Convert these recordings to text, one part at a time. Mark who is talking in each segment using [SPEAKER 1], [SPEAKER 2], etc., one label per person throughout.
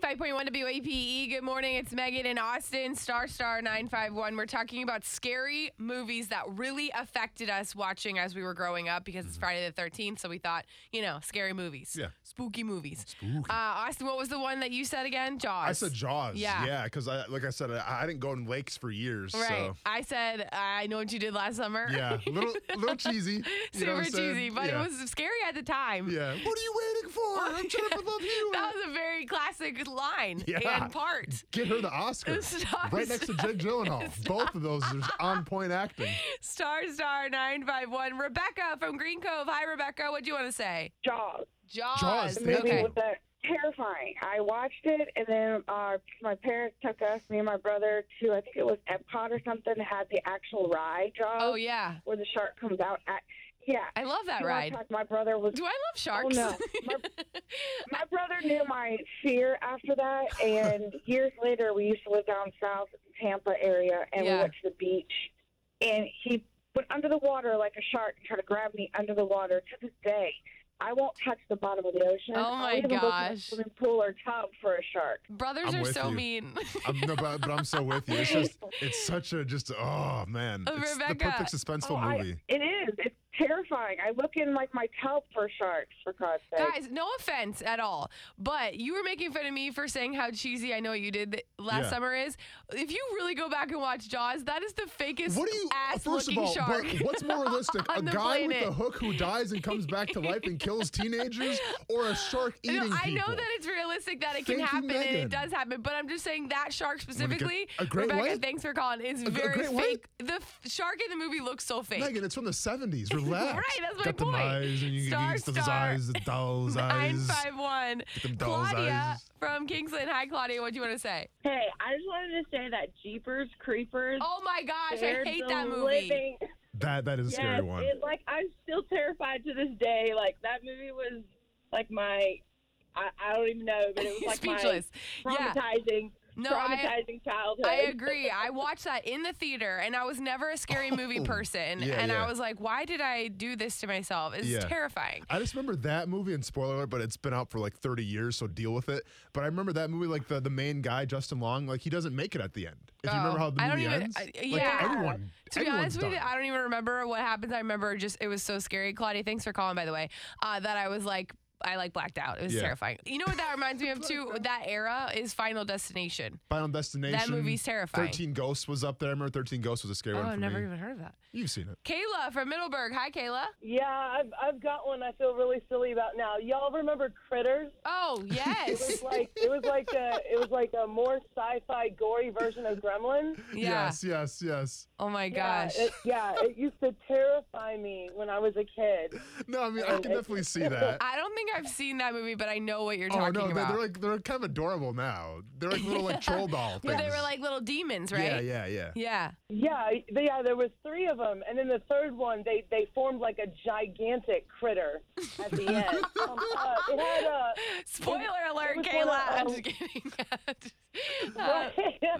[SPEAKER 1] 95.1 WAPE. E. Good morning. It's Megan in Austin, Star Star 951. We're talking about scary movies that really affected us watching as we were growing up because it's Friday the 13th. So we thought, you know, scary movies.
[SPEAKER 2] Mm-hmm. Yeah.
[SPEAKER 1] Spooky movies. Uh, Austin, what was the one that you said again? Jaws.
[SPEAKER 2] I said Jaws.
[SPEAKER 1] Yeah.
[SPEAKER 2] Yeah, because I, like I said, I, I didn't go in lakes for years.
[SPEAKER 1] Right.
[SPEAKER 2] So
[SPEAKER 1] I said, I know what you did last summer.
[SPEAKER 2] yeah, little little cheesy. you
[SPEAKER 1] Super
[SPEAKER 2] know what I'm saying?
[SPEAKER 1] cheesy, but
[SPEAKER 2] yeah.
[SPEAKER 1] it was scary at the time.
[SPEAKER 2] Yeah. What are you waiting for? I'm trying to love you.
[SPEAKER 1] That was a very classic line
[SPEAKER 2] Yeah.
[SPEAKER 1] and part.
[SPEAKER 2] Get her the Oscar.
[SPEAKER 1] Stop,
[SPEAKER 2] right next to Jake Gyllenhaal. Both of those are just on point acting.
[SPEAKER 1] Star Star 951. Rebecca from Green Cove. Hi, Rebecca. What do you want to say?
[SPEAKER 3] Jaws.
[SPEAKER 1] Jaws.
[SPEAKER 2] Jaws,
[SPEAKER 3] The
[SPEAKER 2] thank
[SPEAKER 3] movie
[SPEAKER 1] okay.
[SPEAKER 2] you.
[SPEAKER 3] was uh, terrifying. I watched it, and then uh, my parents took us, me and my brother, to I think it was Epcot or something. that Had the actual ride, Jaws,
[SPEAKER 1] Oh, yeah.
[SPEAKER 3] where the shark comes out. At, yeah,
[SPEAKER 1] I love that
[SPEAKER 3] You wanna
[SPEAKER 1] ride.
[SPEAKER 3] talk- My brother was.
[SPEAKER 1] Do I love
[SPEAKER 3] Oh
[SPEAKER 1] sharks?
[SPEAKER 3] no, my, my brother knew my fear after that, and years later, we used to live down south Tampa area, and
[SPEAKER 1] Yeah.
[SPEAKER 3] we went to the beach, and he went under the water like a shark and tried to grab me under the water. To this day, I won't touch the bottom of the ocean.
[SPEAKER 1] Oh,
[SPEAKER 3] I'll
[SPEAKER 1] my
[SPEAKER 3] even go to a
[SPEAKER 1] gosh.
[SPEAKER 3] swimming pool or tub for a shark.
[SPEAKER 1] Brothers
[SPEAKER 2] I'm
[SPEAKER 1] are
[SPEAKER 2] with
[SPEAKER 1] so
[SPEAKER 2] you.
[SPEAKER 1] mean.
[SPEAKER 2] I'm, no, but, but I'm so with you. It's just, it's such a just. Oh man,
[SPEAKER 1] Oh,
[SPEAKER 2] it's the
[SPEAKER 1] Rebecca.
[SPEAKER 2] perfect suspenseful
[SPEAKER 3] Oh, I-
[SPEAKER 2] movie.
[SPEAKER 3] It is. It's terrifying. I look in like my tub for sharks. For God's sake.
[SPEAKER 1] Guys, no offense at all, but you were making fun of me for saying how cheesy I know what you did th- last
[SPEAKER 2] Yeah.
[SPEAKER 1] summer is. If you really go back and watch Jaws, that is the fakest
[SPEAKER 2] What do you?
[SPEAKER 1] ass
[SPEAKER 2] First of
[SPEAKER 1] looking
[SPEAKER 2] all,
[SPEAKER 1] shark.
[SPEAKER 2] but what's more realistic, a
[SPEAKER 1] on the
[SPEAKER 2] guy
[SPEAKER 1] planet.
[SPEAKER 2] with a hook who dies and comes back to life and kills teenagers, or a shark
[SPEAKER 1] No,
[SPEAKER 2] eating
[SPEAKER 1] I
[SPEAKER 2] people?
[SPEAKER 1] know that it's realistic that it can
[SPEAKER 2] Thank you,
[SPEAKER 1] happen and it
[SPEAKER 2] Megan.
[SPEAKER 1] does happen, but I'm just saying that shark specifically.
[SPEAKER 2] a great
[SPEAKER 1] Rebecca,
[SPEAKER 2] white?
[SPEAKER 1] thanks for calling. Is
[SPEAKER 2] a
[SPEAKER 1] very
[SPEAKER 2] great white?
[SPEAKER 1] fake. The f- shark in the movie looks so fake.
[SPEAKER 2] Megan, it's from the 70s. Relax.
[SPEAKER 1] Right, that's my
[SPEAKER 2] Got them
[SPEAKER 1] point.
[SPEAKER 2] eyes and you
[SPEAKER 1] Star,
[SPEAKER 2] can use those
[SPEAKER 1] star.
[SPEAKER 2] eyes, the doll's
[SPEAKER 1] Nine
[SPEAKER 2] eyes.
[SPEAKER 1] five one.
[SPEAKER 2] them doll's
[SPEAKER 1] Claudia
[SPEAKER 2] eyes.
[SPEAKER 1] from Kingsland. Hi, Claudia. What do you want to say?
[SPEAKER 4] Hey, I just wanted to say that Jeepers Creepers.
[SPEAKER 1] Oh my gosh,
[SPEAKER 4] they're
[SPEAKER 1] I hate
[SPEAKER 4] the
[SPEAKER 1] that movie.
[SPEAKER 4] Living,
[SPEAKER 2] That that is a
[SPEAKER 4] yes,
[SPEAKER 2] scary one.
[SPEAKER 4] It, like I'm still terrified to this day. Like that movie was like my I, I don't even know, but it was like
[SPEAKER 1] Speechless.
[SPEAKER 4] my
[SPEAKER 1] Yeah.
[SPEAKER 4] traumatizing
[SPEAKER 1] No, I,
[SPEAKER 4] traumatizing childhood.
[SPEAKER 1] I agree. I watched that in the theater, and I was never a scary movie
[SPEAKER 2] Oh,
[SPEAKER 1] person.
[SPEAKER 2] yeah,
[SPEAKER 1] and I
[SPEAKER 2] yeah.
[SPEAKER 1] was like, why did I do this to myself? It's
[SPEAKER 2] Yeah.
[SPEAKER 1] terrifying.
[SPEAKER 2] I just remember that movie and spoiler alert, but it's been out for like 30 years, so deal with it. But I remember that movie, like the, the main guy, Justin Long, like he doesn't make it at the end. If you
[SPEAKER 1] Oh,
[SPEAKER 2] remember how the
[SPEAKER 1] I don't
[SPEAKER 2] movie
[SPEAKER 1] even-
[SPEAKER 2] ends,
[SPEAKER 1] I-
[SPEAKER 2] like
[SPEAKER 1] yeah.
[SPEAKER 2] everyone,
[SPEAKER 1] To be
[SPEAKER 2] everyone's
[SPEAKER 1] honest with you,
[SPEAKER 2] done.
[SPEAKER 1] I don't even remember what happens. I remember just it was so scary. Claudia, thanks for calling, by the way. Uh, that I was like, I like blacked out. It was
[SPEAKER 2] Yeah.
[SPEAKER 1] terrifying. You know what that reminds me of too? That era is Final Destination.
[SPEAKER 2] Final Destination.
[SPEAKER 1] movie's terrifying.
[SPEAKER 2] 13 Ghosts was up there. I remember 13 Ghosts was a scary
[SPEAKER 1] Oh,
[SPEAKER 2] one for
[SPEAKER 1] I've never
[SPEAKER 2] me.
[SPEAKER 1] even heard of that.
[SPEAKER 2] You've seen it.
[SPEAKER 1] Kayla from Middleburg. Hi, Kayla.
[SPEAKER 5] Yeah, I've, I've got one I feel really silly about now. Y'all remember Critters?
[SPEAKER 1] Oh
[SPEAKER 5] It
[SPEAKER 1] yes,
[SPEAKER 5] was like it was like a it was like a more sci-fi gory version of Gremlins.
[SPEAKER 1] yeah.
[SPEAKER 2] Yes, yes, yes.
[SPEAKER 1] Oh my
[SPEAKER 5] Yeah,
[SPEAKER 1] gosh.
[SPEAKER 5] it, yeah, it used to terrify me when I was a kid.
[SPEAKER 2] No, I mean, I can definitely see that.
[SPEAKER 1] I don't think I've seen that movie, but I know what you're
[SPEAKER 2] Oh
[SPEAKER 1] talking
[SPEAKER 2] no, they're,
[SPEAKER 1] about.
[SPEAKER 2] they're like they're kind of adorable now. They're like little like troll doll
[SPEAKER 1] But
[SPEAKER 2] things.
[SPEAKER 1] they were like little demons, right?
[SPEAKER 2] yeah, yeah, yeah.
[SPEAKER 1] Yeah.
[SPEAKER 5] Yeah, they, yeah, there was three of them, and then the third one they they formed like a gigantic critter at the end. um, uh, it had a
[SPEAKER 1] Spoiler alert,
[SPEAKER 5] was one of-
[SPEAKER 1] Kayla. I'm
[SPEAKER 5] oh.
[SPEAKER 1] just kidding. Uh,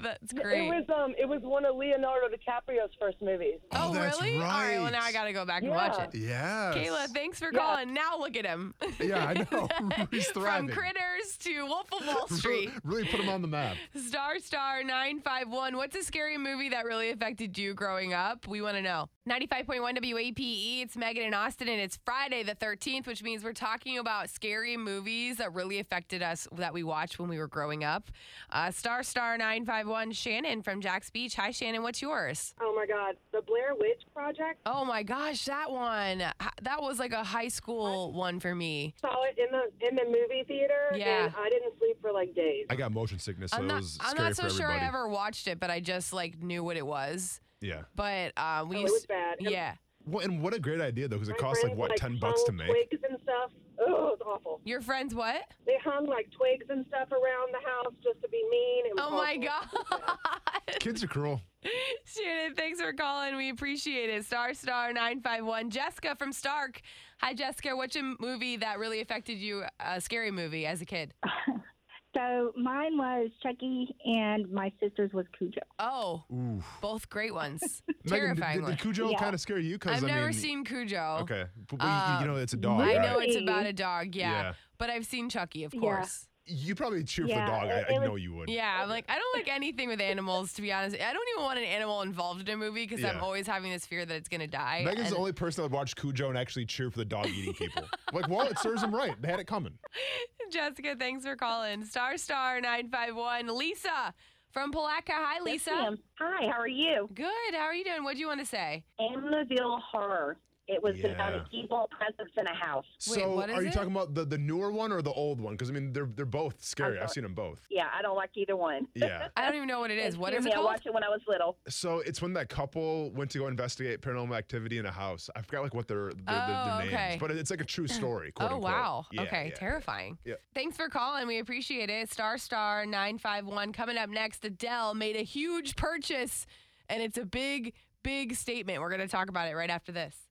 [SPEAKER 1] that's great.
[SPEAKER 5] It was um it was one of Leonardo DiCaprio's first movies.
[SPEAKER 1] Oh,
[SPEAKER 2] Oh, that's
[SPEAKER 1] really? All right. Well, now I
[SPEAKER 2] right.
[SPEAKER 1] gotta go back and watch
[SPEAKER 5] Yeah.
[SPEAKER 1] it.
[SPEAKER 2] Yes.
[SPEAKER 1] Kayla, thanks for
[SPEAKER 5] Yeah.
[SPEAKER 1] calling. Now look at him.
[SPEAKER 2] Yeah, I know. He's
[SPEAKER 1] From
[SPEAKER 2] thriving.
[SPEAKER 1] critters to Wolf of Wall Street.
[SPEAKER 2] Really, really put him on the map.
[SPEAKER 1] Star Star 951. What's a scary movie that really affected you growing up? We want to know. 95.1 WAPE. E. It's Megan and Austin, and it's Friday the 13th, which means we're talking about scary movies that really affected us that we watched when we were growing up. Uh, Star Star 951. Shannon from Jack's Beach. Hi, Shannon. What's yours?
[SPEAKER 6] Oh my God, the Blair Witch Project.
[SPEAKER 1] Oh my gosh, that one. H- That was like a high school one for me.
[SPEAKER 6] Saw it in the in the movie theater,
[SPEAKER 1] Yeah.
[SPEAKER 6] and I didn't sleep for like days.
[SPEAKER 2] I got motion sickness, so
[SPEAKER 1] I'm
[SPEAKER 2] it
[SPEAKER 1] not,
[SPEAKER 2] was
[SPEAKER 1] I'm
[SPEAKER 2] scary
[SPEAKER 1] not so
[SPEAKER 2] for
[SPEAKER 1] sure
[SPEAKER 2] everybody.
[SPEAKER 1] I ever watched it, but I just like knew what it was.
[SPEAKER 2] yeah.
[SPEAKER 1] But uh, we
[SPEAKER 6] Oh, it
[SPEAKER 1] used
[SPEAKER 6] was bad. And
[SPEAKER 1] Yeah.
[SPEAKER 2] Well, and what a great idea though, because
[SPEAKER 6] my
[SPEAKER 2] it costs like
[SPEAKER 6] friends,
[SPEAKER 2] what ten bucks
[SPEAKER 6] hung
[SPEAKER 2] to make.
[SPEAKER 6] Twigs and stuff. Oh, it was awful.
[SPEAKER 1] Your friends what?
[SPEAKER 6] They hung like twigs and stuff around the house just to be mean. It was
[SPEAKER 1] Oh my
[SPEAKER 6] awful.
[SPEAKER 1] god.
[SPEAKER 2] Kids are cruel.
[SPEAKER 1] Shannon, thanks for calling. We appreciate it. Star Star 951. Jessica from Stark. Hi Jessica, what's a movie that really affected you, a scary movie as a kid?
[SPEAKER 7] So mine was Chucky, and my sister's was Cujo.
[SPEAKER 1] Oh,
[SPEAKER 2] Ooh.
[SPEAKER 1] both great ones.
[SPEAKER 2] Megan, did,
[SPEAKER 1] Terrifying
[SPEAKER 2] did, did
[SPEAKER 1] ones.
[SPEAKER 2] Cujo
[SPEAKER 7] Yeah.
[SPEAKER 2] kind of scare you? Because
[SPEAKER 1] I've
[SPEAKER 2] I
[SPEAKER 1] never
[SPEAKER 2] mean,
[SPEAKER 1] seen Cujo.
[SPEAKER 2] Okay, but we- you-
[SPEAKER 1] Uh,
[SPEAKER 2] you know it's a dog.
[SPEAKER 1] I
[SPEAKER 2] right?
[SPEAKER 1] know it's
[SPEAKER 7] Really?
[SPEAKER 1] about a dog, yeah.
[SPEAKER 2] Yeah.
[SPEAKER 1] But I've seen Chucky, of
[SPEAKER 7] Yeah.
[SPEAKER 1] course.
[SPEAKER 2] you probably cheer
[SPEAKER 7] Yeah,
[SPEAKER 2] for dog. I,
[SPEAKER 7] it-
[SPEAKER 2] I
[SPEAKER 7] it was-
[SPEAKER 2] know you would.
[SPEAKER 1] Yeah, I'm like, I don't like anything with animals, to be honest. I don't even want an animal involved in a movie because I'm
[SPEAKER 2] Yeah.
[SPEAKER 1] always having this fear that it's going to die.
[SPEAKER 2] Megan's
[SPEAKER 1] and-
[SPEAKER 2] the only person that would watch Cujo and actually cheer for the dog eating people. like, well, it serves him right. They had it coming.
[SPEAKER 1] Jessica, thanks for calling. Star Star 951. Lisa from Palatka. Hi, Lisa.
[SPEAKER 6] Hi, how are you?
[SPEAKER 1] Good. How are you doing? What do you want to say?
[SPEAKER 6] Amityville Horror. It was about
[SPEAKER 2] Yeah.
[SPEAKER 6] an evil presence in a house.
[SPEAKER 1] Wait,
[SPEAKER 2] so,
[SPEAKER 1] what is
[SPEAKER 2] are you
[SPEAKER 1] it?
[SPEAKER 2] talking about the, the newer one or the old one? Because I mean, they're they're both scary.
[SPEAKER 6] sorry.
[SPEAKER 2] I've seen them both.
[SPEAKER 6] Yeah, I don't like either one.
[SPEAKER 2] Yeah.
[SPEAKER 1] I don't even know what it is. What
[SPEAKER 6] Excuse
[SPEAKER 1] is it
[SPEAKER 6] me, I
[SPEAKER 1] called?
[SPEAKER 6] watched it when I was little.
[SPEAKER 2] so it's when that couple went to go investigate paranormal activity in a house. I forgot like what their their, their, their
[SPEAKER 1] Oh,
[SPEAKER 2] names,
[SPEAKER 1] okay.
[SPEAKER 2] but it's like a true story. Quote
[SPEAKER 1] Oh,
[SPEAKER 2] unquote.
[SPEAKER 1] wow.
[SPEAKER 2] Yeah,
[SPEAKER 1] okay.
[SPEAKER 2] yeah.
[SPEAKER 1] Terrifying.
[SPEAKER 2] Yeah.
[SPEAKER 1] Thanks for calling. We appreciate it. Star Star 951. Coming up next, Adele made a huge purchase, and it's a big, big statement. We're going to talk about it right after this.